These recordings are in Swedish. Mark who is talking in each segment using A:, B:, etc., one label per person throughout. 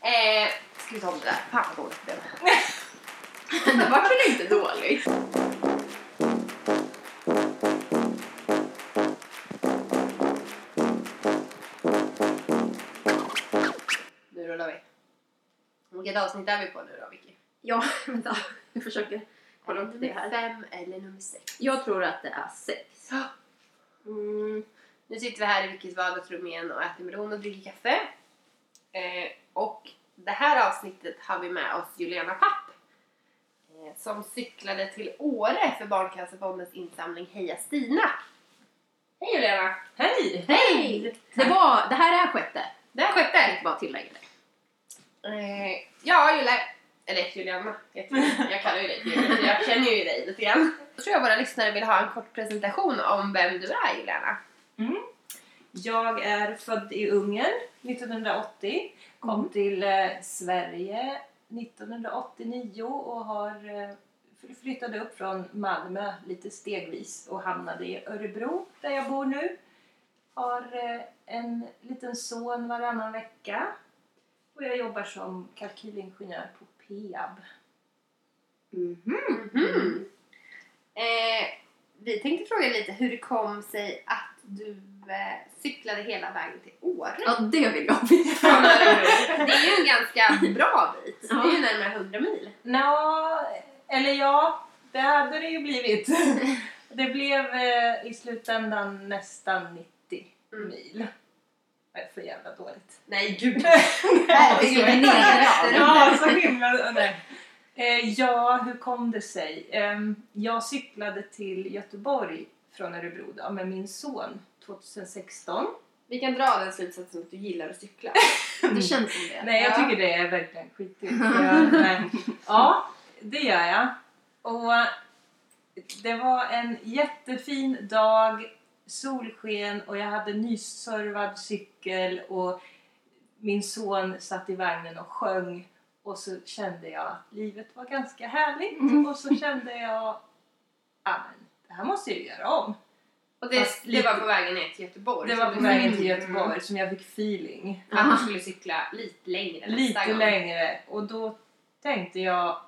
A: Eh,
B: tyckte om det där. Fan vad dåligt det blev.
A: det var väl inte dåligt? Nu rullar vi. Vilket avsnitt är vi på nu då, Vicky?
B: Ja, vänta. Jag försöker kolla upp det
A: Nummer
B: här.
A: fem eller nummer sex?
B: Jag tror att det är sex.
A: Mm. Nu sitter vi här i Vickys vardagsrum igen och äter melon och dricker kaffe. Eh, och det här avsnittet har vi med oss Juliana Papp eh, som cyklade till Åre för Barncancerfondens insamling Heja Stina. Hej Juliana!
B: Hej!
A: Hej!
B: Det, var, det här är sjätte.
A: Det här
B: Jag
A: skötte
B: vill bara tillägga det.
A: eh, Ja, Julia... Eller Juliana heter du. Jag kallar ju dig Juliana, för jag känner ju dig lite grann. Jag tror jag våra lyssnare vill ha en kort presentation om vem du är Juliana.
C: Mm. Jag är född i Ungern 1980, kom till eh, Sverige 1989 och har eh, fly- flyttade upp från Malmö lite stegvis och hamnade i Örebro där jag bor nu. Har eh, en liten son varannan vecka och jag jobbar som kalkylingenjör på Peab.
A: Mhm. Eh, vi tänkte fråga lite hur det kom sig att du eh, cyklade hela vägen till Åre.
B: Ja, det vill jag veta.
A: Från Örebro. Det är ju en ganska bra bit. Det är ju närmare 100 mil.
C: Nå, eller ja, det hade det ju blivit. Det blev eh, i slutändan nästan 90
A: Mm.
C: mil. Det är för jävla dåligt.
A: Nej gud!
B: Herregud, det är nere.
C: Ja, så himla... Nej. Eh, ja, hur kom det sig? Ehm, jag cyklade till Göteborg från Örebro då, med min son 2016.
A: Vi kan dra den slutsatsen att du gillar att cykla.
B: Det känns som det.
C: Nej, jag
A: Ja.
C: tycker det är verkligen skitigt. Ja, nej. ja, det gör jag. Och det var en jättefin dag, solsken och jag hade nyservad cykel och min son satt i vagnen och sjöng och så kände jag att livet var ganska härligt och så kände jag att det här måste jag ju göra om.
A: Och det,
C: Fast
A: det var
C: lite-
A: på vägen ner till Göteborg.
C: Det
A: som
C: var
A: du
C: på vägen
A: cyklade.
C: till
A: Mm.
C: Göteborg som jag fick feeling.
A: Att du skulle cykla lite längre nästa
C: lite
A: gång.
C: längre och då tänkte jag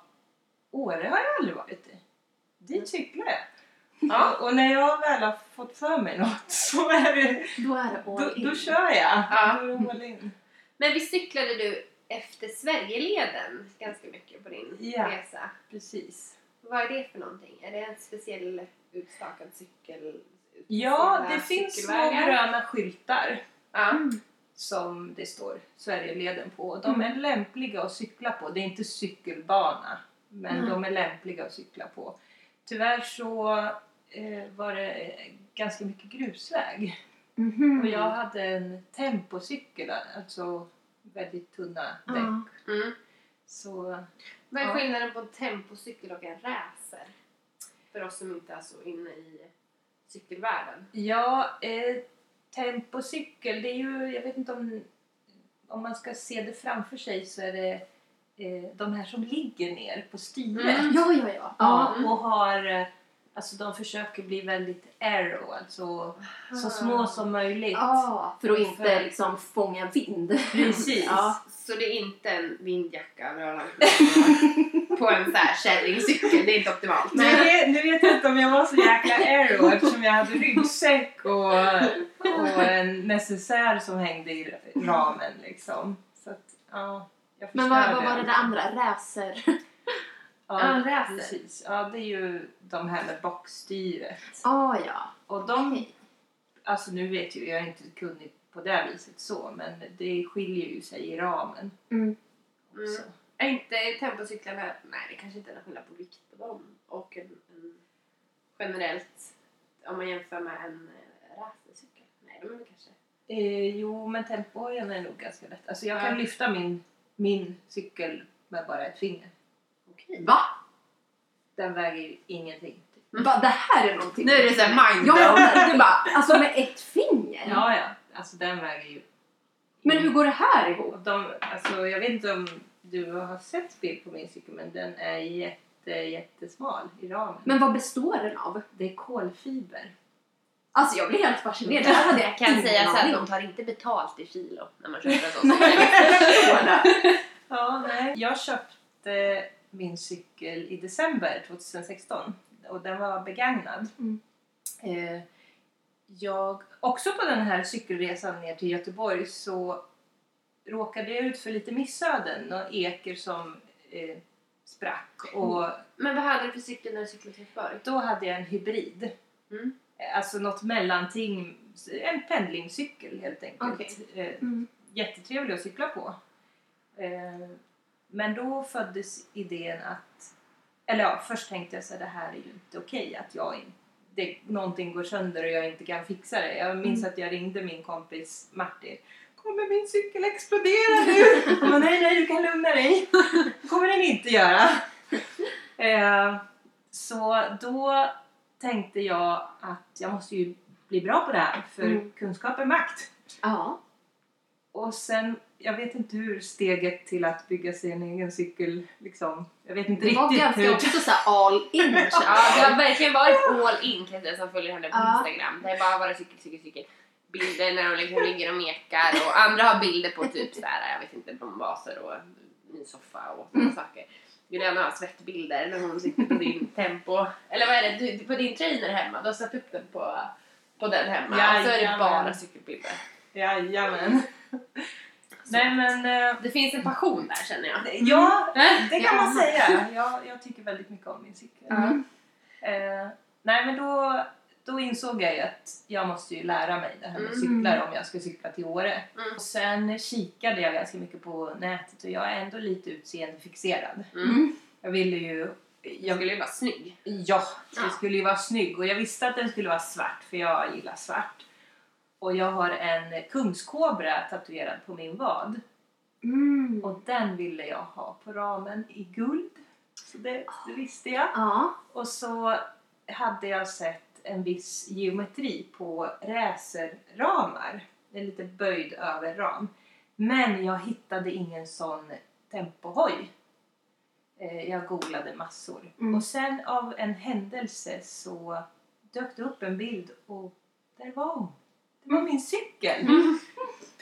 C: Åre har jag aldrig varit i.
A: Mm.
C: Dit cyklar jag. Ja, och när jag väl har fått för mig något så är det,
B: Då är det
C: då,
B: all in.
C: då kör jag.
A: Ja.
C: Då är det all in.
A: Men vi cyklade du efter Sverigeleden ganska mycket på din
C: Ja.
A: resa.
C: Precis.
A: Vad är det för någonting? Är det en speciell utstakad cykel?
C: Ja,
A: speciella
C: det finns små
A: cykelvägar?
C: gröna skyltar
A: Ja.
C: som det står Sverigeleden på. Och
A: Mm.
C: De är lämpliga att cykla på. Det är inte cykelbana, men
B: Nej.
C: de är lämpliga att cykla på. Tyvärr så eh, var det eh, ganska mycket grusväg.
B: Mhm.
C: Och jag hade en tempocykel, alltså väldigt tunna
B: Ja.
C: däck.
A: Mm.
C: Så
A: Vad är
C: Ja.
A: skillnaden på en tempocykel och en racer? För oss som inte är så inne i cykelvärlden.
C: ja, eh, tempocykel, det är ju, jag vet inte om, om man ska se det framför sig så är det eh, de här som ligger ner på styret.
A: Mm.
B: Ja, ja, ja.
C: Ja,
A: Mm.
C: och har, eh, alltså de försöker bli väldigt aero, alltså så små som möjligt.
B: Ja, för att inte
C: För-
B: liksom fånga vind.
C: Precis.
B: Ja.
A: Så det är inte en vindjacka över alla på en så här kärringcykel. Det är inte optimalt.
C: Nu vet, nu vet jag inte om jag var så jäkla aero eftersom jag hade ryggsäck och, och en necessär som hängde i ramen liksom. Så att, ja, jag
B: Men vad, vad
C: förstörde
B: var det där andra? Räser?
C: Ja,
A: Ja, racer.
C: precis. Ja, det är ju de här med bakstyret.
B: Ah, ja,
C: Och de,
B: Okej.
C: alltså nu vet ju jag är inte kunnig på det viset så, men det skiljer ju sig i ramen
B: Mm.
C: också.
A: Är Äh, inte tempocyklarna... Nej, det kanske inte är någon skillnad på vikt på dem. Och en, en, generellt, om man jämför med en eh, racercykel. Nej, de är väl kanske...
C: Eh, jo, men tempohojen är nog ganska lätt. Alltså jag
A: Ja.
C: kan lyfta min, min cykel med bara ett finger.
A: Okej.
B: Va?
C: Den väger ju ingenting.
B: Va? Mm. Det här är någonting.
A: Nu är det så här mind
B: Ja, men du bara, alltså med ett finger?
C: Ja, ja. Alltså den väger ju...
B: Men hur går det här ihop?
C: Och de, alltså, jag vet inte om du har sett bild på min cykel, men den är jätte, jättesmal i ramen.
B: Men vad består den av?
C: det är kolfiber.
B: Alltså jag blir helt fascinerad. Det här hade jag
A: kan
B: ingen
A: säga så här,
B: aning
A: de
B: om.
A: tar inte betalt i kilo när man köper en sån cykel.
C: Ja, nej. Jag köpte min cykel i december 2016 och den var begagnad.
B: Mm.
C: Eh, Jag, också på den här cykelresan ner till Göteborg så råkade jag ut för lite missöden och eker som eh, sprack och
A: Men vad hade du för cykel när du cyklade till Göteborg?
C: då hade jag en hybrid.
A: Mm.
C: Eh, Alltså något mellanting, en pendlingscykel helt enkelt. Eh,
B: Mm.
C: jättetrevlig att cykla på. Eh, Men då föddes idén att... Eller ja, först tänkte jag så här, det här är ju inte okej att jag in, det, någonting går sönder och jag inte kan fixa det. Jag minns att jag ringde min kompis Martin. Kommer min cykel explodera nu? Han bara, nej, nej, du kan lugna dig. Det kommer den inte göra. Eh, Så då tänkte jag att jag måste ju bli bra på det här för
B: Mm.
C: kunskap är makt.
B: Ja.
C: Och sen, jag vet inte hur steget till att bygga sig en egen cykel, liksom. Jag vet inte
B: Det var
C: riktigt
B: ganska
C: hur.
B: också såhär all in kände
A: Ja, det
B: jag.
A: har verkligen varit all in kan jag säga som följer henne på
B: Ja.
A: Instagram. Det har bara varit cykel, cykel, cykel. Bilder när de liksom ligger och mekar och andra har bilder på typ såhär, jag vet inte, blomvaser och en soffa och sådana
C: Mm.
A: saker. Juliana har svettbilder när hon sitter på din tempo, eller vad är det, du, på din trainer hemma, du har satt upp den på, på den hemma och så är det
C: Jajamän.
A: bara cykelbilder.
C: Jajamän. Nej men, eh,
A: Det finns en passion där känner jag.
C: ja,
A: Mm.
C: det kan
B: Ja.
C: man säga. Jag, jag tycker väldigt mycket om min cykel.
B: Mm.
C: Eh, nej men då, då insåg jag ju att jag måste ju lära mig det här med
A: Mm.
C: cyklar om jag ska cykla till Åre.
A: Mm.
C: Och sen kikade jag ganska mycket på nätet och jag är ändå lite utseendefixerad.
A: Mm.
C: Jag ville ju...
A: Jag skulle ju vara snygg.
C: Ja,
A: Ja.
C: den skulle ju vara snygg och jag visste att den skulle vara svart för jag gillar svart. Och jag har en kungskobra tatuerad på min vad
B: Mm.
C: och den ville jag ha på ramen i guld. Så det, det visste jag.
B: Ja.
C: Och så hade jag sett en viss geometri på racerramar. En lite böjd över ram. Men jag hittade ingen sån tempohoj. Eh, Jag googlade massor.
B: Mm.
C: Och sen av en händelse så dök det upp en bild och där var hon. Det var min cykel.
A: Mm.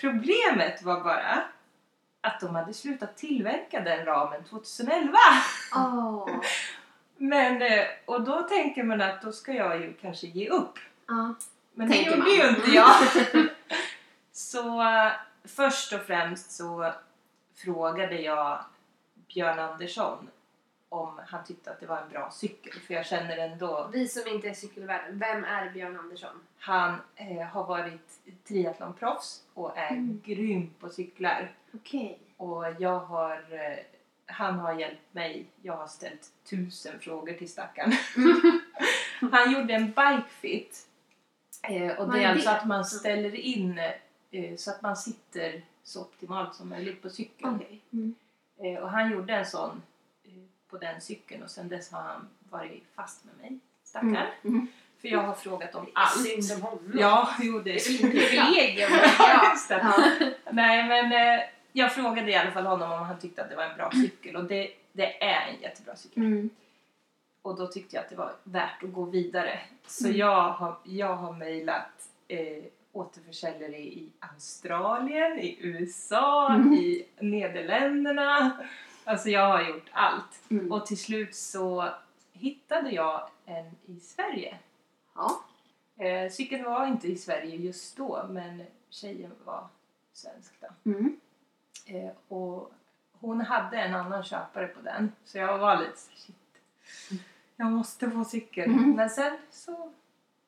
C: Problemet var bara att de hade slutat tillverka den ramen 2011.
B: Åh.
C: Men, eh, och då tänker man att då ska jag ju kanske ge upp.
B: Ja.
C: Men
A: Tänker
C: det gjorde
A: man.
C: ju inte jag. så eh, först och främst så frågade jag Björn Andersson om han tyckte att det var en bra cykel. För jag känner ändå,
A: Vi som inte är cykelvärlden, vem är Björn Andersson?
C: han eh, har varit triathlonproffs och är
B: Mm.
C: grym på cyklar.
B: Okej.
C: Och jag har, eh, han har hjälpt mig. Jag har ställt tusen frågor till stackaren. han gjorde en bikefit. Eh, och
B: Vad
C: det
B: är
C: är alltså
B: det?
C: att man ställer in eh, så att man sitter så optimalt som möjligt på cykeln.
B: Okej. Mm.
C: Eh, och han gjorde en sån eh, på den cykeln och sen dess har han varit fast med mig, stackaren.
B: Mm.
C: För jag har frågat om
A: Synd
C: allt.
A: om honom.
C: Ja, jo det
A: Det
C: är
A: är väl ett privilegium.
C: Ja,
A: ja.
C: just det.
B: Ja.
C: Nej, men eh, jag frågade i alla fall honom om han tyckte att det var en bra cykel och det, det är en jättebra cykel.
B: Mm.
C: Och då tyckte jag att det var värt att gå vidare. Så
B: Mm.
C: jag har, jag har mejlat eh, återförsäljare i Australien, i USA,
B: Mm.
C: i Nederländerna. Alltså jag har gjort allt.
B: Mm.
C: Och till slut så hittade jag en i Sverige.
B: Ja.
C: Eh, cykeln var inte i Sverige just då, men tjejen var svensk då.
B: Mm.
C: Eh, och hon hade en annan köpare på den. Så jag var lite så här, shit. Jag måste få cykeln.
B: Mm.
C: Men sen så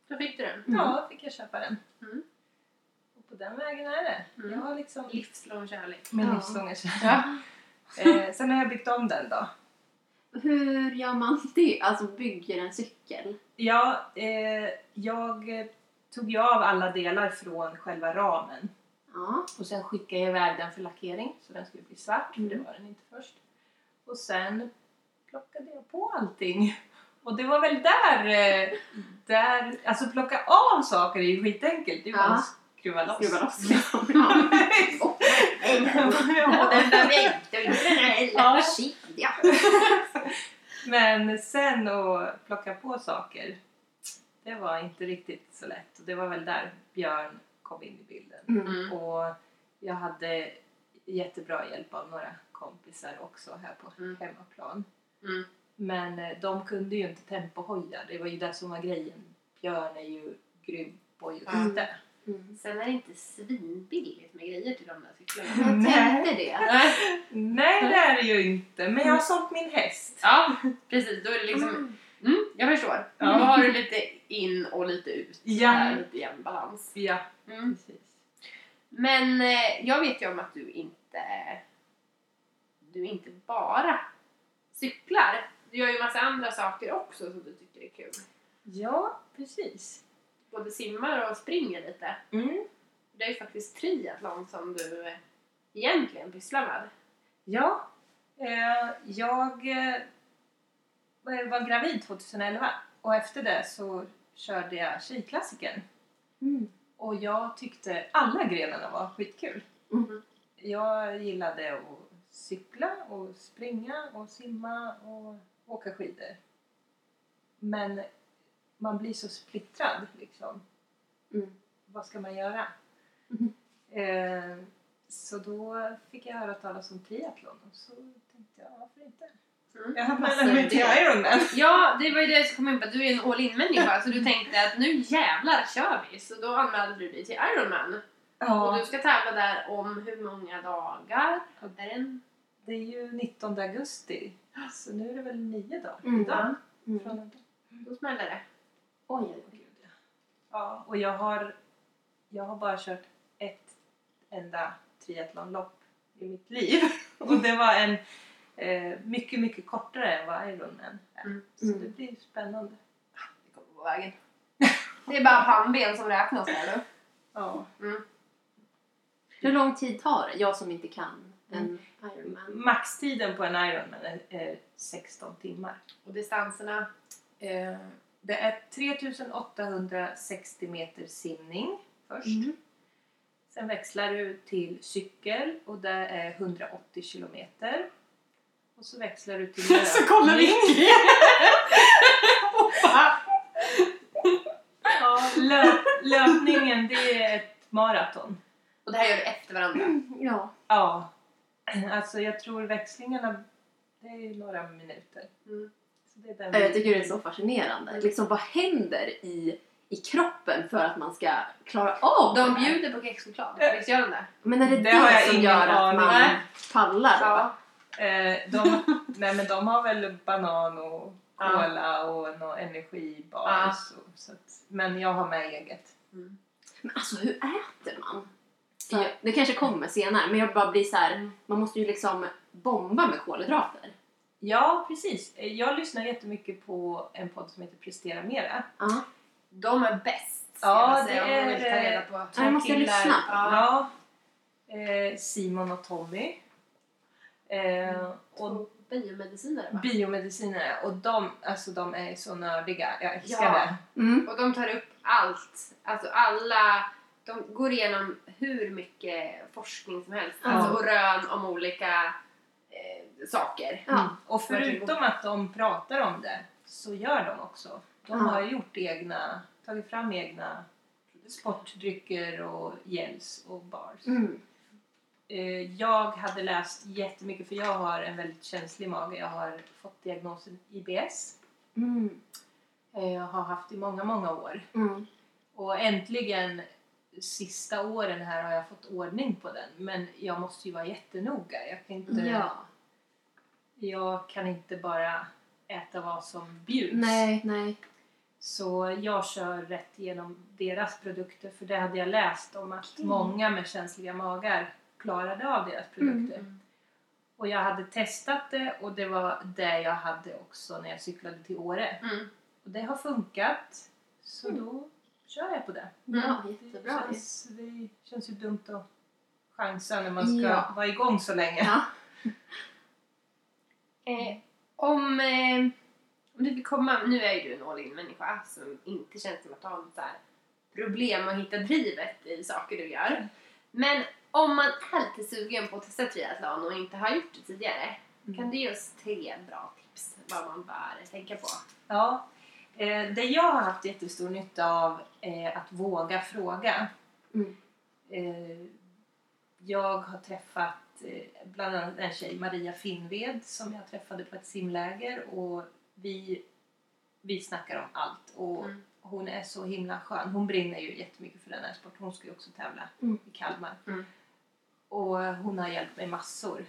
A: Då fick du den.
C: ja, fick jag köpa den.
A: Mm.
C: Och på den vägen är det.
A: Mm.
C: Jag har liksom
A: Livslång kärlek.
C: min
B: Ja.
C: livslånga kärlek. Eh, sen har jag byggt om den då.
B: Hur gör man det? Alltså bygger en cykel?
C: Ja, eh, jag eh, tog ju av alla delar från själva ramen.
B: Ja.
C: Och sen skickade jag iväg den för lackering så den skulle bli svart, för det
B: Mm.
C: var den inte först. Och sen plockade jag på allting. Och det var väl där, eh, där alltså plocka av saker är ju skitenkelt, det är ju bara
B: Ja.
C: att skruva loss.
B: Skruva loss liksom. Ja. Och
C: Ja.
A: Den där vägde inte den här
C: Ja.
B: kedja.
C: Men sen att plocka på saker, det var inte riktigt så lätt. Och det var väl där Björn kom in i bilden.
B: Mm.
A: Mm.
C: Och jag hade jättebra hjälp av några kompisar också här på
A: Mm.
C: hemmaplan.
A: Mm.
C: Men eh, de kunde ju inte tempohoja. Det var ju det som var grejen. Björn är ju grym på just
B: Mm.
C: det.
B: Mm.
A: Sen är det inte svinbilligt med grejer till alltså. de där cyklarna.
B: Jag tänkte det.
A: Nej.
C: Nej, det är det ju inte. Men jag har sålt min häst.
A: ja, precis. Då är det liksom...
B: Mm.
A: Mm, jag förstår.
C: Ja.
A: Då har du lite in och lite ut. Där,
C: Ja,
A: lite jämn balans.
C: ja
A: Mm.
C: precis.
A: Men eh, jag vet ju om att du inte... Du inte bara cyklar. Du gör ju massa andra saker också som du tycker är kul.
C: Ja, precis.
A: Både simmar och springer lite.
C: Mm.
A: Det är ju faktiskt triathlon som du eh, egentligen pysslar med.
C: Ja, eh, jag eh, var gravid 2011 och efter det så körde jag Tjejklassikern.
B: Mm.
C: Och jag tyckte alla grenarna var skitkul.
B: Mhm.
C: Jag gillade att cykla och springa och simma och åka skidor. Men man blir så splittrad liksom.
B: Mm.
C: Vad ska man göra?
B: Mhm.
C: Eh, så då fick jag höra talas om triathlon och så tänkte jag, varför inte?
A: Mm.
C: Jag hamnade
B: Passar
C: mig till
B: det?
C: Ironman.
A: Ja, det var ju det jag kom in på. Du är en all in-människa så du tänkte att nu jävlar kör vi. Så då anmälde du dig till Ironman. Och
C: Ja,
A: du ska tävla där om hur många dagar?
C: Ja.
A: Är det en...
C: det är ju 19 augusti så nu är det väl nio dagar
B: Mm.
C: idag.
B: Mm.
C: Från
A: Då smäller det.
B: Oj, oj, oj.
C: Ja, och jag har, jag har bara kört ett enda triathlonlopp i mitt liv. Och det var en eh, mycket, mycket kortare än vad Ironman är.
A: Mm.
C: Så
B: Mm.
C: det blir spännande.
A: Det kommer på vägen. Det är bara pannben som räknas här nu.
C: Ja.
B: Hur lång tid tar det? Jag som inte kan en Ironman.
C: Maxtiden på en Ironman är, är 16 timmar.
A: Och distanserna.
C: Eh, det är 3860 meter simning först.
B: Mm.
C: Sen växlar du till cykel och det är 180 kilometer. Och så växlar du till löpning.
B: Mm.
C: Ja, löp, löpningen det är ett maraton.
A: Och det här gör du efter varandra.
B: Ja.
C: Ja, alltså jag tror växlingarna det är ju några minuter.
A: Mm.
C: Så det är den
B: Ja, Eh, Jag tycker det är så fascinerande. Liksom, vad händer i, i kroppen för att man ska klara av det
A: De
B: här?
A: bjuder på kexchoklad. Visst gör de det?
B: Men är det det,
C: Det har jag
B: som
C: ingen
B: gör att
C: aning
B: man
A: om.
B: pallar? då?
C: Eh, de, nej men de har väl banan och
A: Ja.
C: cola och någon energibars. och Så att, men jag har med eget.
B: Men alltså hur äter man?
A: Ja.
B: Ja, Det kanske kommer senare men jag bara blir så här.
A: Mm.
B: man måste ju liksom bomba med kolhydrater.
C: Ja, precis. Eh, Jag lyssnar jättemycket på en podd som heter Prestera Mera.
B: Ja.
A: De är bäst. ska
C: Ja,
A: jag säga,
C: det
A: om man vill ta
C: är- eh,
A: reda på.
B: Ja, det måste jag
A: Killar.
B: lyssna på.
A: Ja.
C: Ja. Eh, Simon och Tommy. Eh, och
A: Och biomediciner va?
C: biomedicinare. Och de, alltså, de är så nördiga. Jag älskar
A: Ja.
C: det.
B: Mm.
A: Och de tar upp allt. Alltså alla... De går igenom hur mycket forskning som helst.
B: Ja.
A: Alltså, och rön om olika eh, saker.
B: Ja.
C: Mm. Och förutom att de pratar om det så gör de också.
B: Ja.
C: De har gjort egna, tagit fram egna sportdrycker och gels och bars.
B: Mm.
C: Eh, jag hade läst jättemycket för jag har en väldigt känslig mage. Jag har fått diagnosen IBS.
B: Mm.
C: Eh, jag har haft i många, många år.
B: Mm.
C: Och äntligen sista åren här har jag fått ordning på den. Men jag måste ju vara jättenoga. Jag kan inte,
B: Ja.
C: jag kan inte bara äta vad som bjuds.
B: Nej, nej.
C: Så jag kör rätt genom deras produkter. För det hade jag läst om att
B: Okej.
C: många med känsliga magar klarade av deras produkter.
A: Mm.
C: Och jag hade testat det och det var det jag hade också när jag cyklade till Åre.
A: Mm.
C: Och det har funkat. Så
B: Mm.
C: då kör jag på det.
B: Ja,
C: Det
B: jättebra.
C: känns, det känns ju dumt att chansa när man ska
B: Ja.
C: vara igång så länge.
B: Ja.
A: Eh, om, eh, om du vill komma... Nu är ju du en all-in-människa som inte känns som att ha något så här problem att hitta drivet i saker du gör. Men om man är lite sugen på att testa triathlon och inte har gjort det tidigare, Kan du ge oss tre bra tips vad man bör tänka på?
C: Ja. Eh, det jag har haft jättestor nytta av är att våga fråga.
B: Mm.
C: Eh, jag har träffat eh, bland annat en tjej, Maria Finnved, som jag träffade på ett simläger och vi, vi snackar om allt och
A: Mm.
C: hon är så himla skön. Hon brinner ju jättemycket för den här sporten. Hon ska ju också tävla
B: Mm.
C: i Kalmar.
A: Mm.
C: Och hon har hjälpt mig massor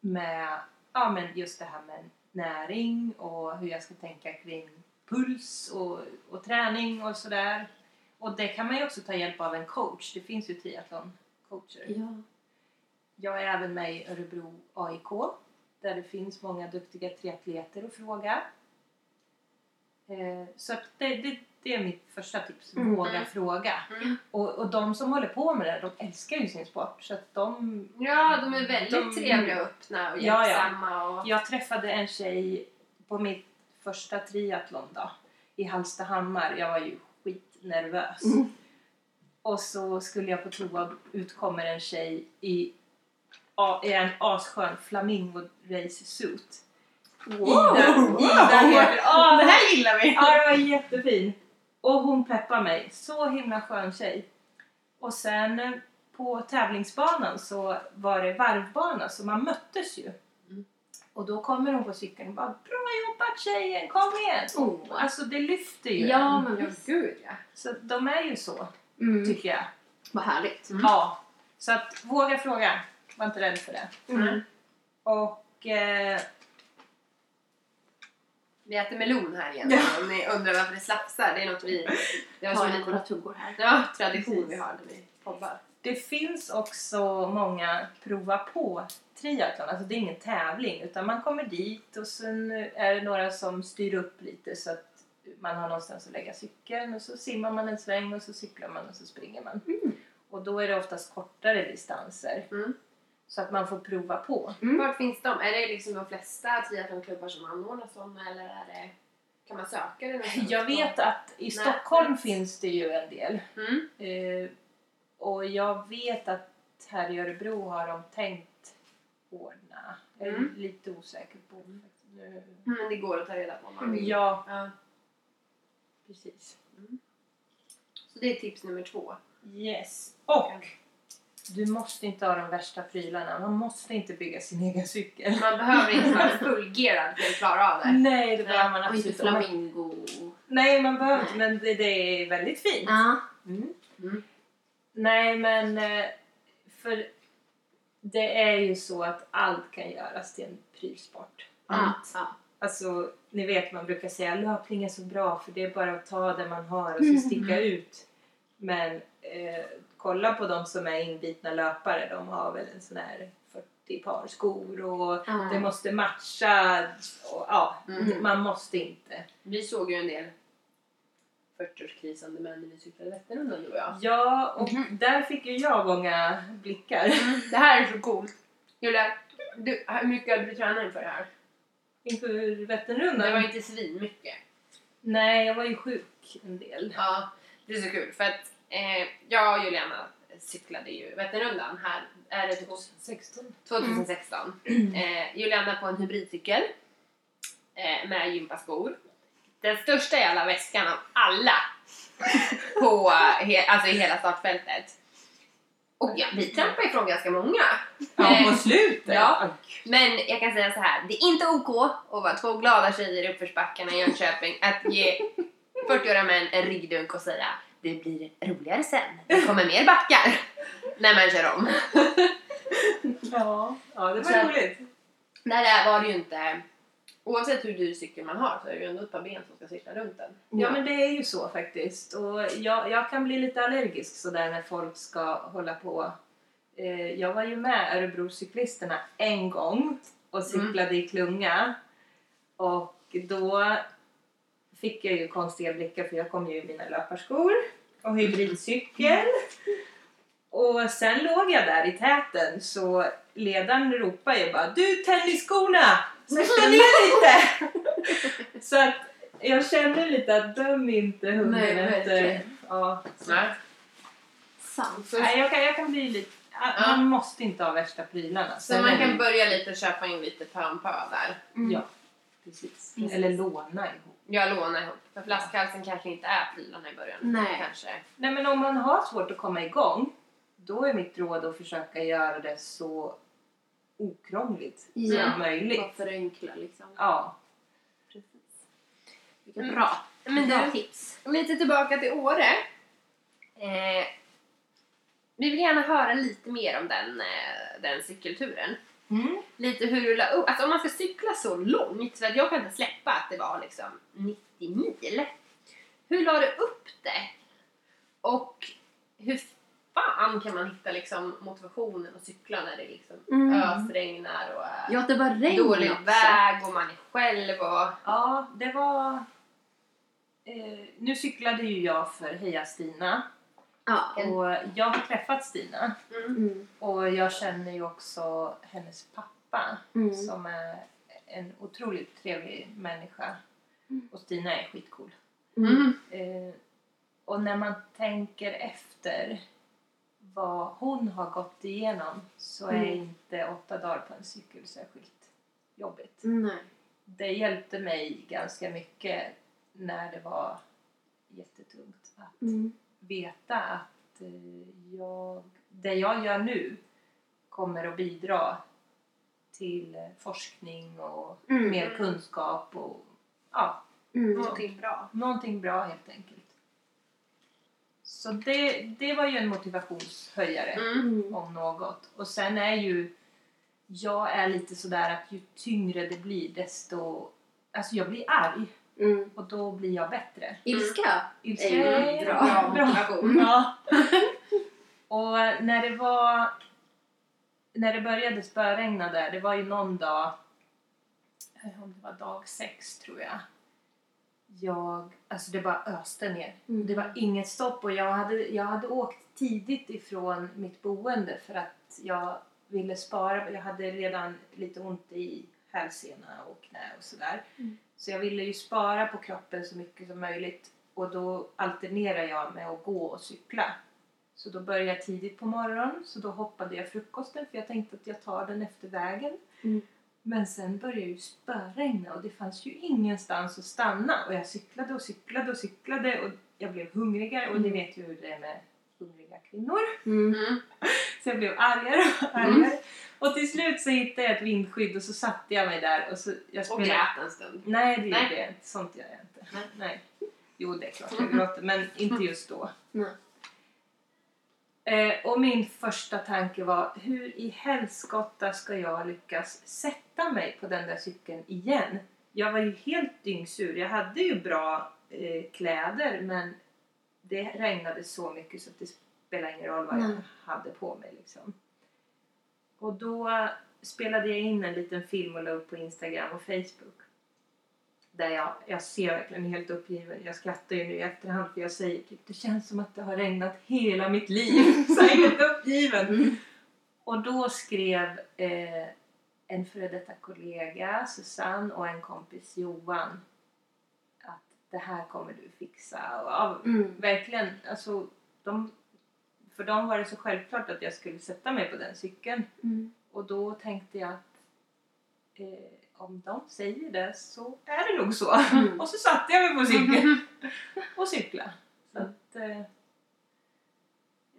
C: med ja, men just det här med näring och hur jag ska tänka kring puls och, och träning och sådär. Och det kan man ju också ta hjälp av en coach. Det finns ju triathlon-coacher.
B: Ja.
C: Jag är även med i Örebro AIK där det finns många duktiga triatleter att fråga. Eh, så att det, det, det är mitt första tips.
B: Mm.
C: Våga fråga.
A: Mm.
C: Och, och de som håller på med det, de älskar ju sin sport. Så att de...
A: Ja, de är väldigt
C: De-
A: trevliga och öppna och
C: Ja, ja.
A: hjälpsamma. Och...
C: Jag träffade en tjej på mitt första triathlon då, i Hallstahammar. Jag var ju skitnervös.
B: Mm.
C: Och så skulle jag på toa ut kommer en tjej i, a- i en asskön flamingo race suit. Ida, Ida heter
A: Ja,
C: Ja,
A: det här gillar vi!
C: Ja, det var jättefin. Och hon peppar mig. Så himla skön tjej. Och sen eh, på tävlingsbanan så var det varvbana så man möttes ju.
A: Mm.
C: Och då kommer hon på cykeln och bara Bra jobbat tjejen, kom igen!
B: Åh.
C: Alltså det lyfter ju
B: Ja,
C: en.
B: men
A: Ja,
B: visst.
A: gud ja.
C: Så de är ju så,
B: Mm.
C: tycker jag.
B: Vad härligt.
A: Mm.
C: Ja. Så att våga fråga. Var inte rädd för det.
A: Mm.
C: Och eh,
A: Vi äter melon här igen
B: Ja.
A: om ni undrar varför det slafsar. Det är något vi... Det var
B: Jag har
A: som
B: lite
A: en
B: våra tuggor här.
A: ja, tradition
B: Precis.
A: vi har när vi poddar.
C: Det finns också många prova på triathlon, alltså det är ingen tävling utan man kommer dit och sen är det några som styr upp lite så att man har någonstans att lägga cykeln och så simmar man en sväng och så cyklar man och så springer man.
B: Mm.
C: Och då är det oftast kortare distanser
A: Mm.
C: så att man får prova på.
B: Mm.
A: Vart finns de? Är det liksom de flesta triathlonklubbar som anordnar sådana eller är det... Kan man söka det? någonstans?
C: Jag vet att i Stockholm finns det ju en del
A: Mm.
C: Eh, och jag vet att här i Örebro har de tänkt ordna. Jag är
A: Mm.
C: lite osäker på faktiskt nu.
A: Men det går att ta reda på om man vill.
C: Ja,
A: Ja. Mm.
C: precis.
A: Så det är tips nummer två.
C: Yes. Och du måste inte ha de värsta prylarna. Man måste inte bygga sin egen cykel.
A: Man behöver inte vara fullgerad för att klara av det.
C: Nej, det behöver man
B: Och inte
C: absolut inte.
B: flamingo.
C: Nej, man behöver inte, men det, det är väldigt fint.
B: Ja.
C: Mm.
A: Mm.
C: Nej, men eh, för det är ju så att allt kan göras till en prylsport.
B: Ja.
C: Allt. Alltså, ni vet man brukar säga löpning är så bra för det är bara att ta det man har och
B: Mm.
C: så sticka ut. Men eh, kolla på de som är inbitna löpare, de har väl en sån här 40 par skor och
B: Ja.
C: det måste matcha. Och, ja,
A: Mm.
C: man måste inte.
A: Vi såg ju en del 40-årskrisande män när vi cyklade Vätternrundan du och jag.
C: Ja, och
A: Mhm.
C: där fick ju jag många blickar.
A: Mm. Det här är så coolt. Julia, du, hur mycket hade du tränat inför det här?
C: Inför
A: Det
C: Vätternrundan?
A: var inte svinmycket.
C: Nej, jag var ju sjuk en del.
A: Ja, det är så kul för att eh, jag och Juliana cyklade ju Vätternrundan här, är det
C: 2016?
A: 2016. Eh, Juliana på en hybridcykel eh, med gympaskor. Den största jävla väskan av alla på, eh, he, alltså i hela startfältet. Och ja, vi trampade ifrån ganska många.
C: Ja,
A: Eh,
C: på slutet!
A: Ja. Men jag kan säga så här, det är inte OK att vara två glada tjejer i uppförsbackarna i Jönköping att ge 40-åriga män en ryggdunk och säga det blir roligare sen, det kommer mer backar när man kör om.
C: Ja, ja det
A: Så
C: var
A: att-
C: roligt.
A: Nej, där var det ju inte... Oavsett hur dyr cykel man har så är det ju ändå ett par ben som ska cykla runt den.
C: Ja men det är ju så faktiskt. Och jag, jag kan bli lite allergisk sådär när folk ska hålla på. Eh, jag var ju med Örebrocyklisterna en gång och cyklade i klunga. Och då fick jag ju konstiga blickar för jag kom ju i mina löparskor och hybridcykel. Och sen låg jag där i täten så ledaren ropade ju bara Du tennisskorna! Släpp ner lite! så att jag känner lite att döm inte hunden
B: Nej,
C: efter...
B: verkligen.
C: Ja.
A: Nej.
B: Sant.
A: Så,
C: Nej, jag kan, jag kan bli lite... ah,
A: Ja.
C: Man måste inte ha värsta prylarna.
A: så man kan börja lite köpa in lite pö om pö där.
B: Mm.
C: Ja, precis.
B: Precis.
C: Eller låna ihop.
A: Jag lånar ihop. För flaskhalsen kanske inte är prylarna i början.
B: Nej.
A: Kanske.
C: Nej, men om man har svårt att komma igång, då är mitt råd att försöka göra det så okrångligt
B: Ja.
C: som möjligt.
B: Bara förenkla liksom.
C: Ja.
B: Precis. Vilket bra,
A: Men
B: bra
A: du,
B: tips.
A: lite tillbaka till Åre. Eh, vi vill gärna höra lite mer om den, eh, den cykelturen.
C: Mm.
A: Lite hur du la upp, alltså om man ska cykla så långt, för att jag kan inte släppa att det var liksom 90 mil. Hur la du upp det? Och hur fan kan man hitta liksom motivationen att cykla när det liksom ösregnar och är
B: Ja, att det var regn
A: dålig
B: också.
A: väg och man är själv och...
C: ja, det var... Eh, nu cyklade ju jag för Heja Stina
B: Ja.
C: och jag har träffat Stina
A: Mm.
B: Mm.
C: och jag känner ju också hennes pappa
B: Mm.
C: som är en otroligt trevlig människa.
B: Mm.
C: Och Stina är skitcool.
A: Mm.
C: Eh, och när man tänker efter vad hon har gått igenom så är
B: Mm.
C: inte åtta dagar på en cykel särskilt jobbigt.
B: Nej.
C: Det hjälpte mig ganska mycket när det var jättetungt att
B: Mm.
C: veta att eh, jag, det jag gör nu kommer att bidra till eh, forskning och
B: Mm.
C: mer kunskap och ja,
B: Mm.
A: Någonting bra.
C: Någonting bra helt enkelt. Så det, det var ju en motivationshöjare
A: Mm.
B: Mm.
C: om något. Och sen är ju, jag är lite sådär att ju tyngre det blir desto, alltså jag blir arg
B: Mm.
C: och då blir jag bättre.
B: Ilska.
C: Ilska
B: Är ju
C: är
B: bra.
A: Eh, Bra
C: bra.
A: motivation.
C: Ja. och när det var, när det började spöregna där, det var ju någon dag, eh, om det var dag sex tror jag, jag, alltså det bara öste ner.
B: Mm.
C: Det var inget stopp och jag hade, jag hade åkt tidigt ifrån mitt boende för att jag ville spara. Jag hade redan lite ont i hälsena och knä och sådär.
B: Mm.
C: Så jag ville ju spara på kroppen så mycket som möjligt och då alternerar jag med att gå och cykla. Så då började jag tidigt på morgonen så då hoppade jag frukosten för jag tänkte att jag tar den efter vägen.
B: Mm.
C: Men sen började det ju spöregna och det fanns ju ingenstans att stanna och jag cyklade och cyklade och cyklade och jag blev hungrigare och ni
B: Mm.
C: vet ju hur det är med hungriga kvinnor.
B: Mm.
A: Mm.
C: Så jag blev argare och argare.
A: Mm.
C: Och till slut så hittade jag ett vindskydd och så satte jag mig där och så jag
A: Och
C: spelade
A: grät en stund.
C: Nej, det
A: Nej.
C: gjorde jag inte. Sånt gör jag inte.
A: Nej. Mm.
C: Jo, det är klart jag gråter, men inte just då.
B: Nej.
C: Eh, och min första tanke var, hur i helskotta ska jag lyckas sätta mig på den där cykeln igen? Jag var ju helt dyngsur. Jag hade ju bra eh, kläder, men det regnade så mycket så att det spelade ingen roll vad
B: Nej.
C: jag hade på mig. Liksom. Och då spelade jag in en liten film och la upp på Instagram och Facebook. Där jag, jag ser verkligen helt uppgiven. Jag skrattar ju nu i efterhand för jag säger typ det känns som att det har regnat hela mitt liv. Så jag är helt uppgiven.
B: Mm.
C: Och då skrev eh, en före detta kollega, Susanne, och en kompis, Johan, att det här kommer du fixa. Och, ja,
B: Mm.
C: verkligen, alltså, de, för dem var det så självklart att jag skulle sätta mig på den cykeln.
B: Mm.
C: Och då tänkte jag att eh, om de säger det så är det nog så.
B: Mm.
C: Och så satte jag mig på cykeln
A: Mm-hmm.
C: och cyklade. Så att, eh,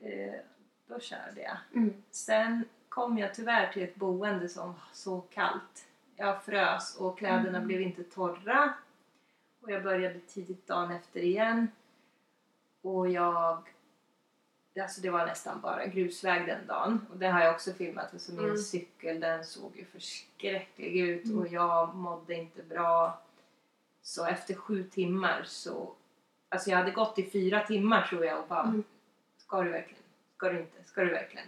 C: eh, då körde jag.
B: Mm.
C: Sen kom jag tyvärr till ett boende som var så kallt. Jag frös och kläderna
B: Mm.
C: blev inte torra. Och jag började tidigt dagen efter igen. Och jag... Alltså det var nästan bara grusväg den dagen. Och det har jag också filmat. Alltså min
A: Mm.
C: cykel den såg ju förskräcklig ut
B: Mm.
C: och jag mådde inte bra. Så efter sju timmar så... Alltså jag hade gått i fyra timmar tror jag och bara...
B: Mm.
C: Ska du verkligen? Ska du inte? Ska du verkligen?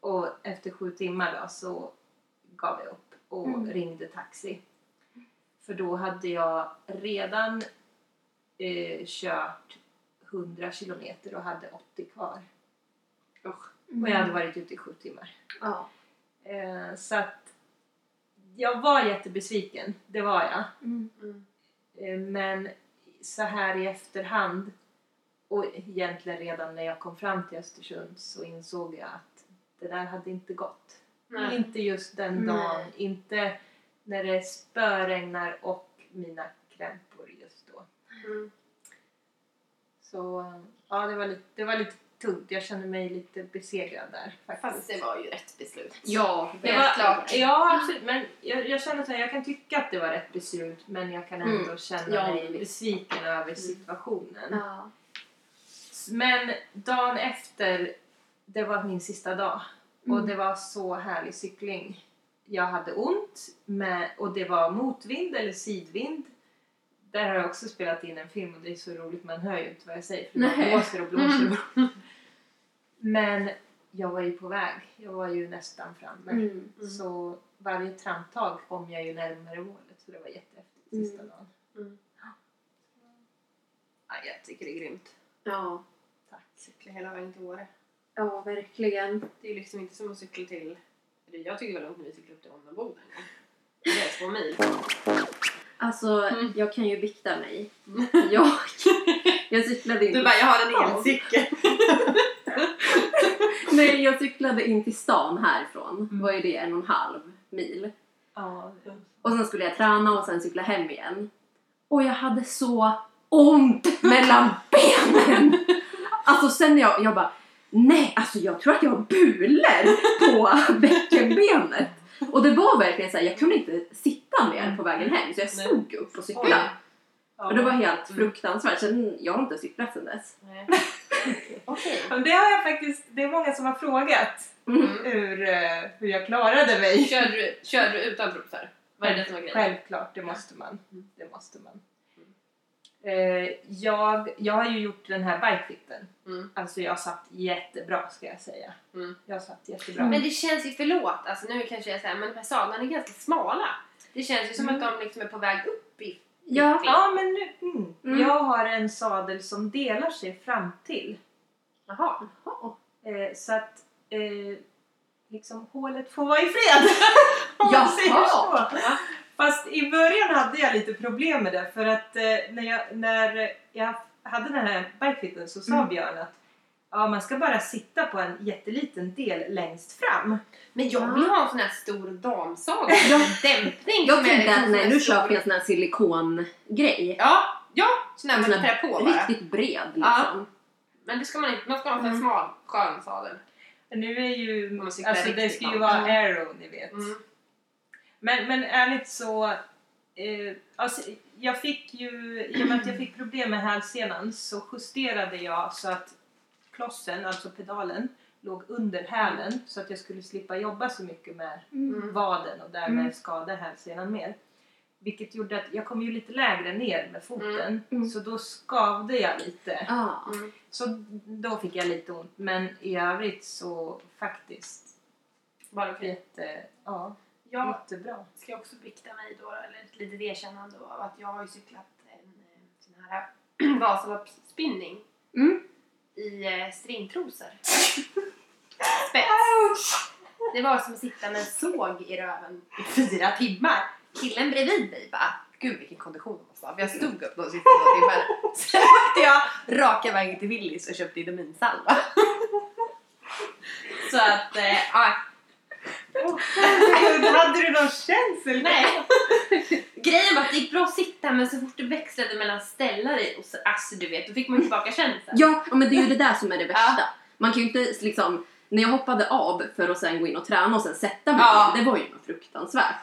C: Och efter sju timmar då så gav jag upp och
B: Mm.
C: ringde taxi. För då hade jag redan eh, kört 100 kilometer och hade 80 kvar. Och jag
B: Mm.
C: hade varit ute i sju timmar.
B: Ja.
C: Eh, så att jag var jättebesviken, det var jag.
B: Mm.
A: Mm.
C: Eh, Men så här i efterhand och egentligen redan när jag kom fram till Östersund så insåg jag att det där hade inte gått.
A: Nej.
C: Inte just den
B: Nej.
C: dagen. Inte när det spöregnar och mina krämpor just då.
A: Mm.
C: Så ja, det var lite, det var lite tungt. Jag känner mig lite besegrad där faktiskt.
A: Fast det var ju rätt beslut.
B: Ja,
A: Det
C: Det
A: var- klart.
C: Ja, absolut. Men jag, jag känner så här, jag kan tycka att det var rätt beslut men jag kan ändå
A: Mm.
C: känna
B: Ja,
C: mig
B: visst.
C: besviken över situationen.
B: Ja.
C: Men dagen efter, det var min sista dag
B: Mm.
C: och det var så härlig cykling. Jag hade ont med, och det var motvind eller sidvind. Där har jag också spelat in en film och det är så roligt, man hör ju inte vad jag säger för det bara
B: Nej. Mm.
C: blåser och blåser. och blåser. Men jag var ju på väg, jag var ju nästan framme.
B: Mm.
A: Mm.
C: Så varje tramptag kom jag ju närmare målet så det var jättehäftigt sista
B: Mm.
C: dagen.
A: Mm.
C: Ja, jag tycker det är grymt.
B: Ja.
C: Tack.
A: Cykla hela vägen till Åre.
B: ja, verkligen.
A: Det är ju liksom inte som att cykla till... eller Jag tycker det var långt när vi cyklade upp till Ånnaboda en gång. Det är två mil.
B: Alltså,
A: Mm.
B: jag kan ju bikta mig.
A: Mm.
B: Jag, jag cyklade in
A: Du bara, jag har en
B: Ja.
A: elcykel.
B: Nej, jag cyklade in till stan härifrån.
C: Mm.
B: Vad är det? En och en halv mil.
C: Ja,
B: Och sen skulle jag träna och sen cykla hem igen. Och jag hade så ont mellan benen! Alltså sen när jag, jag bara, nej alltså jag tror att jag har bulor på bäckenbenet. Och det var verkligen såhär, jag kunde inte sitta ner på vägen hem så jag
A: Nej.
B: stod upp och
A: Oj.
B: cyklade.
C: ja.
B: Och det var helt
A: Mm.
B: fruktansvärt. Sen, jag har inte cyklat sen dess.
A: Nej. Okej.
C: Men det har jag faktiskt, det är många som har frågat
A: Mm.
C: hur, eh, hur jag klarade mig.
A: Körde du, körde du utan bromsar? Vad är det som var grejen?
C: Självklart, det måste man.
A: Mm.
C: Det måste man.
A: Mm.
C: Eh, Jag, jag har ju gjort den här bikefitten.
A: Mm.
C: Alltså jag satt jättebra ska jag säga.
A: Mm.
C: Jag satt jättebra.
A: Men det känns ju, förlåt, alltså nu kanske jag säger men de här sadlarna är ganska smala. Det känns ju som
C: Mm.
A: att de liksom är på väg upp i...
B: Ja.
C: Ja, men nu, mm.
B: Mm.
C: Jag har en sadel som delar sig fram till.
A: Jaha.
C: Eh, så att eh, liksom hålet får vara i fred. om man
B: Jaha.
C: säger så. Fast i början hade jag lite problem med det för att eh, när, jag, när jag hade den här bikefiten så sa
B: Mm.
C: Björn att ja, man ska bara sitta på en jätteliten del längst fram.
A: Men jag vill ha en sån här stor damsadel.
B: Ja.
A: Dämpning
B: Jag
A: som är liksom
B: tänkte att
A: som
B: nej,
A: en
B: nu
A: stor-
B: köper jag en sån här silikongrej.
A: Ja, ja. Sån här man
B: En sån här
A: trär på bara.
B: Riktigt bred liksom.
A: Ja. Men det ska man inte. Man ska ha en sån här
B: Mm.
A: smal, skön sadel.
C: Men Nu är ju,
A: Om man cyklar
C: alltså det
A: riktigt
C: ska ju
A: långt.
C: vara
B: Ja.
C: aero ni vet.
A: Mm.
C: Men, men ärligt så, eh, alltså, jag fick ju, i och med att jag fick problem med hälsenan så justerade jag så att klossen, alltså pedalen, låg under hälen så att jag skulle slippa jobba så mycket med
A: Mm.
C: vaden och därmed
B: Mm.
C: skada hälsenan mer. Vilket gjorde att jag kom ju lite lägre ner med foten
B: Mm.
C: så då skavde jag lite.
B: Ja.
A: Mm.
C: Så då fick jag lite ont men i övrigt så faktiskt
A: Bara okej.
C: jätte, ja,
A: Jag
C: jättebra.
A: ska jag också bikta mig då, eller ett litet erkännande av att jag har ju cyklat en eh, sån här Vasaloppsspinning
B: Mm.
A: i eh, stringtrosor. Spets. Det var som att sitta med en såg i röven i fyra timmar. Killen bredvid mig bara, gud vilken kondition hon måste ha. För jag stod upp de sista två timmarna. Sen åkte jag raka vägen till Willys och köpte idominsalva. Så att, eh, ja.
C: Hade du någon känsel?
A: Nej. Grejen var att det gick bra att sitta men så fort du växlade mellan ställare och så, alltså du vet, då fick man ju tillbaka känslan.
B: Ja, ja, men det är ju det där som är det värsta. Man kan ju inte liksom, när jag hoppade av för att sen gå in och träna och sen sätta mig
A: Ja.
B: igen, det var ju något fruktansvärt.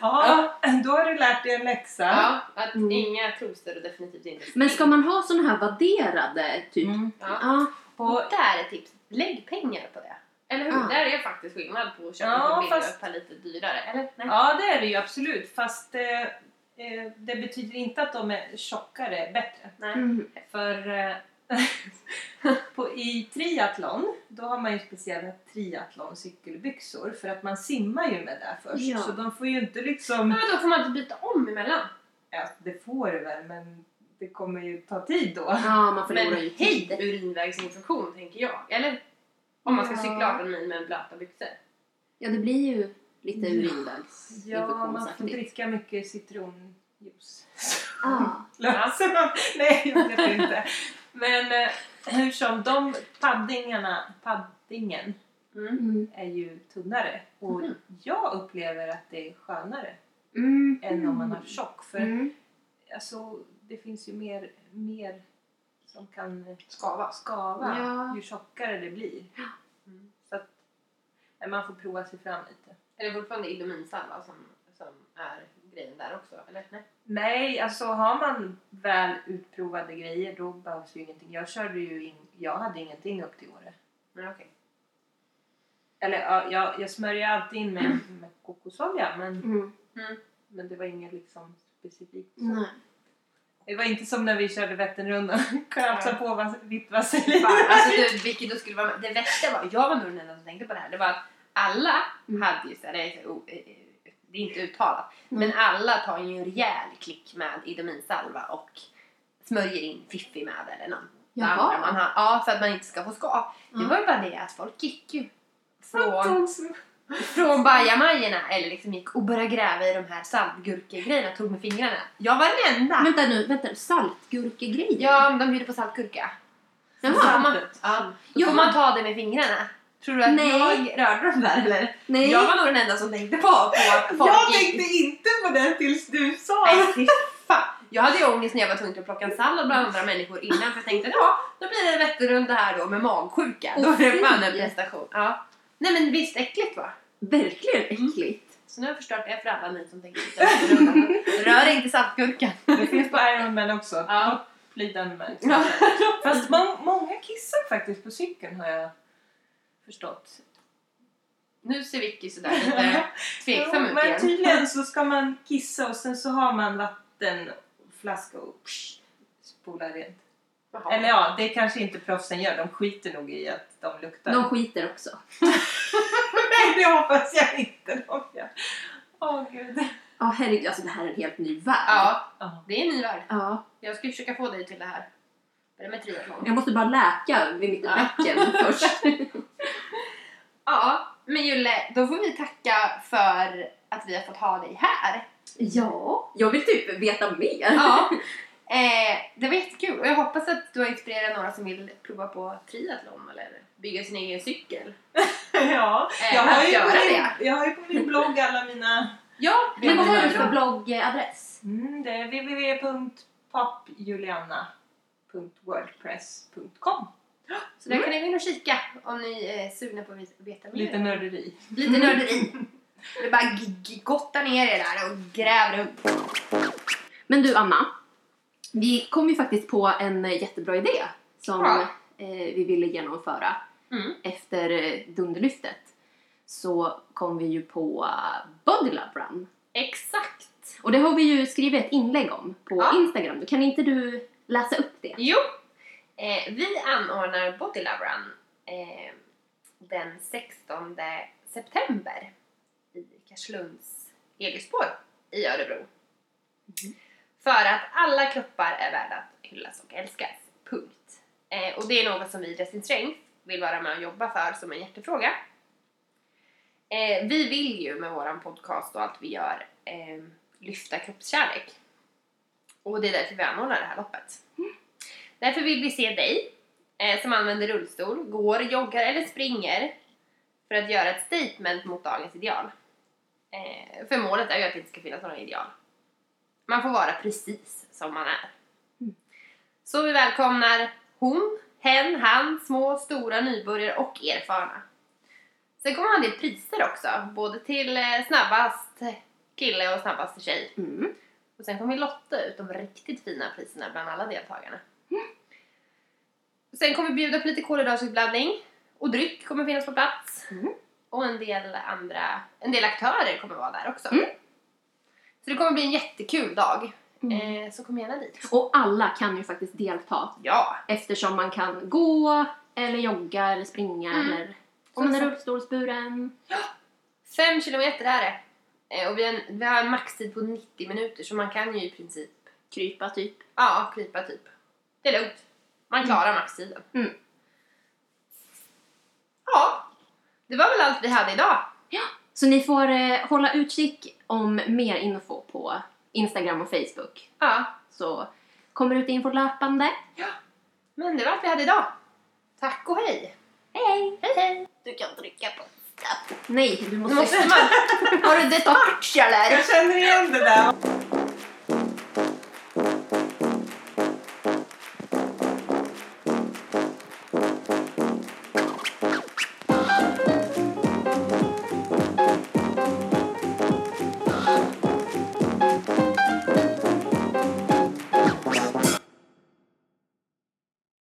C: Ja, då har du lärt dig en läxa.
A: Ja, att
B: Mm.
A: inga trosor och definitivt inte
B: Men ska man ha såna här vadderade typ?
C: Mm.
A: Ja.
B: Ja.
A: Och
C: Och,
A: där är ett tips, lägg pengar på det. Ah. Eller hur?
B: Ja.
A: Där är faktiskt skillnad på att köpa
C: Ja,
A: på billigare och
C: fast-
A: ett par lite dyrare. Eller? Nej.
C: ja, det är det ju absolut. Fast eh, eh, det betyder inte att de är tjockare bättre.
A: Nej.
B: Mm.
C: För eh, på, i triathlon, då har man ju speciella triathloncykelbyxor för att man simmar ju med det först.
B: Ja.
C: Så de får ju inte
A: Ja,
C: liksom...
A: men då får man inte byta om emellan.
C: Ja, det får du väl, men det kommer ju ta tid då.
B: ja, man
A: Men
B: förlorar ju
A: hej
B: tid.
A: typ urinvägsinfektion tänker jag. Eller? Om man ska
C: Ja.
A: cykla 18 mil med blöta byxor.
B: Ja, det blir ju lite
C: Ja. Ja, man får
B: urinvägsinfektionsaktigt.
C: dricka mycket citronjuice.
B: Ja,
C: löser dem. Nej, jag vet inte. Men eh, hur som, de paddingarna, paddingen
A: Mm.
B: Mm.
C: är ju tunnare och
A: Mhm.
C: jag upplever att det är skönare
B: Mm.
C: än om man har tjock för
B: Mm.
C: alltså, det finns ju mer, mer så som kan eh,
A: Skava.
C: skava
B: Ja.
C: ju tjockare det blir.
A: Mm.
C: Så att nej, man får prova sig fram lite.
A: Är det fortfarande Illuminsalva som, som är grejen där också? Eller? Nej.
C: Nej, alltså har man väl utprovade grejer då behövs ju ingenting. Jag körde ju in, jag hade ingenting upp till Åre.
A: Men okej.
C: Eller ja, jag, jag smörjer alltid in med, med kokosolja men,
B: Mm.
C: men det var inget liksom specifikt.
B: Nej.
C: Det var inte som när vi körde Vätternrundan och krafsade på vas- vitt vaselin.
A: Fan, alltså du, vilket då skulle vara... Det värsta var, jag var nog den enda som tänkte på det här, det var att alla
B: Mm.
A: hade ju så här, det är, så, o- eh, det är inte uttalat,
B: Mm.
A: men alla tar ju en rejäl klick med idominsalva och smörjer in fiffi med eller någon.
B: Jaha.
A: Man har, ja, för att man inte ska få skav. Det
B: Ja.
A: var ju bara det att folk gick ju från,
C: Från...
A: från bajamajorna eller liksom gick och började gräva i de här saltgurkegrejerna, tog med fingrarna. Jag var den enda!
B: Vänta nu, vänta. Saltgurkegrejer?
A: Ja, men de bjuder på saltgurka.
B: Jaha.
A: Så får man,
C: Saltet.
A: ja, då
B: Ja.
A: får man ta det med fingrarna. Tror du att
B: Nej.
A: jag rörde dem där eller?
B: Nej.
A: Jag var nog den enda som tänkte på, på att folk
C: Jag
A: gick-
C: tänkte inte på det tills du sa
A: Nej, fy fan. Jag hade ju ångest när jag var tvungen att plocka en sallad bland andra människor innan för jag tänkte ja, då blir det en Vätternrunda här då med magsjuka. Då
B: Åh,
A: är det fan en
B: fy.
A: prestation. Ja. Nej men visst, äckligt va?
B: Verkligen äckligt.
A: Så nu har jag förstört det för alla ni som tänker titta på Vätternrundan. Rör inte saltgurkan.
C: Det finns på Iron Man också.
A: Ja.
C: Flytande man.
A: Ja.
C: Fast må- många kissar faktiskt på cykeln har jag förstått.
A: Nu ser Vicky sådär lite tveksam
C: Jo,
A: ut
C: men typ-
A: igen.
C: tydligen så ska man kissa och sen så har man vattenflaska och psh, spolar rent.
A: Jaha.
C: Eller ja, det kanske inte proffsen gör. De skiter nog i att de luktar.
B: De skiter också.
C: Nej, det hoppas jag inte de gör. Åh gud.
B: Ja, herregud. Alltså det här är en helt ny värld.
A: Ja,
C: Ja.
A: det är en ny värld.
B: Ja.
A: Jag ska försöka få dig till det här. Börja med triathlon.
B: Jag måste bara läka vid mitt
A: Ja.
B: bäcken först.
A: Ja, men Julle, då får vi tacka för att vi har fått ha dig här.
B: Ja, jag vill typ veta mer.
A: Ja. Eh, det var jättekul och jag hoppas att du har inspirerat några som vill prova på triathlon eller bygga sin egen cykel.
C: ja.
A: Eh,
C: Jag, har
A: att
C: ju
A: göra
C: på
A: det.
C: min, jag har ju på min blogg alla mina...
A: Ja,
B: Men vad har du
A: jättebra.
B: för bloggadress?
C: Mm, det är www.popjuliana.wordpress.com
A: Så där kan ni gå in och kika om ni är sugna på att veta mer.
C: Lite Mm. nörderi.
B: Mm.
A: Lite nörderi. Det är bara g- g- gotta ner er där och gräv runt.
B: Men du Anna, vi kom ju faktiskt på en jättebra idé som
A: Ja.
B: eh, vi ville genomföra
A: Mm.
B: efter eh, Dunderlyftet. Så kom vi ju på eh, Body Love Run.
A: Exakt.
B: Och det har vi ju skrivit ett inlägg om på
A: Ja.
B: Instagram. Kan inte du läsa upp det?
A: Jo, eh, vi anordnar Body Love Run eh, den 16 september i Karslunds Elisborg i Örebro. För att alla kroppar är värda att hyllas och älskas. Punkt. Eh, och det är något som vi i Dressing Strength vill vara med och jobba för som en hjärtefråga. Eh, vi vill ju med våran podcast och allt vi gör eh, lyfta kroppskärlek. Och det är därför vi anordnar det här loppet. Därför vill vi se dig eh, som använder rullstol, går, joggar eller springer för att göra ett statement mot dagens ideal. Eh, för målet är ju att det inte ska finnas några ideal. Man får vara precis som man är.
B: Mm.
A: Så vi välkomnar hon, hen, han, små, stora, nybörjare och erfarna. Sen kommer han till priser också, både till eh, snabbast kille och snabbaste tjej.
B: Mm.
A: Och sen kommer vi lotta ut de riktigt fina priserna bland alla deltagarna.
B: Mm.
A: Sen kommer vi bjuda på lite kolhydratutblandning och dryck kommer finnas på plats.
B: Mm.
A: Och en del andra, en del aktörer kommer vara där också.
B: Mm.
A: Så det kommer bli en jättekul dag.
B: Mm.
A: Eh, så kom gärna dit.
B: Och alla kan ju faktiskt delta
A: Ja!
B: eftersom man kan gå eller jogga eller springa
A: Mm.
B: eller om man är
A: Så-
B: rullstolsburen.
A: Fem kilometer är det. Eh, och vi har, en, vi har en maxtid på 90 minuter så man kan ju i princip
B: krypa typ.
A: Ja, krypa typ. Det är lugnt. Man klarar maxtiden.
B: Mm.
A: Ja, det var väl allt vi hade idag.
B: Så ni får eh, hålla utkik om mer info på Instagram och Facebook.
A: Ja,
B: Så kommer ut info löpande.
A: men det var allt vi hade idag. Tack och hej!
B: Hej!
A: Hej hej!
B: Du kan trycka på Nej,
A: Nu
B: du måste...
A: måste man... Har du detox eller?
C: Jag känner igen det där.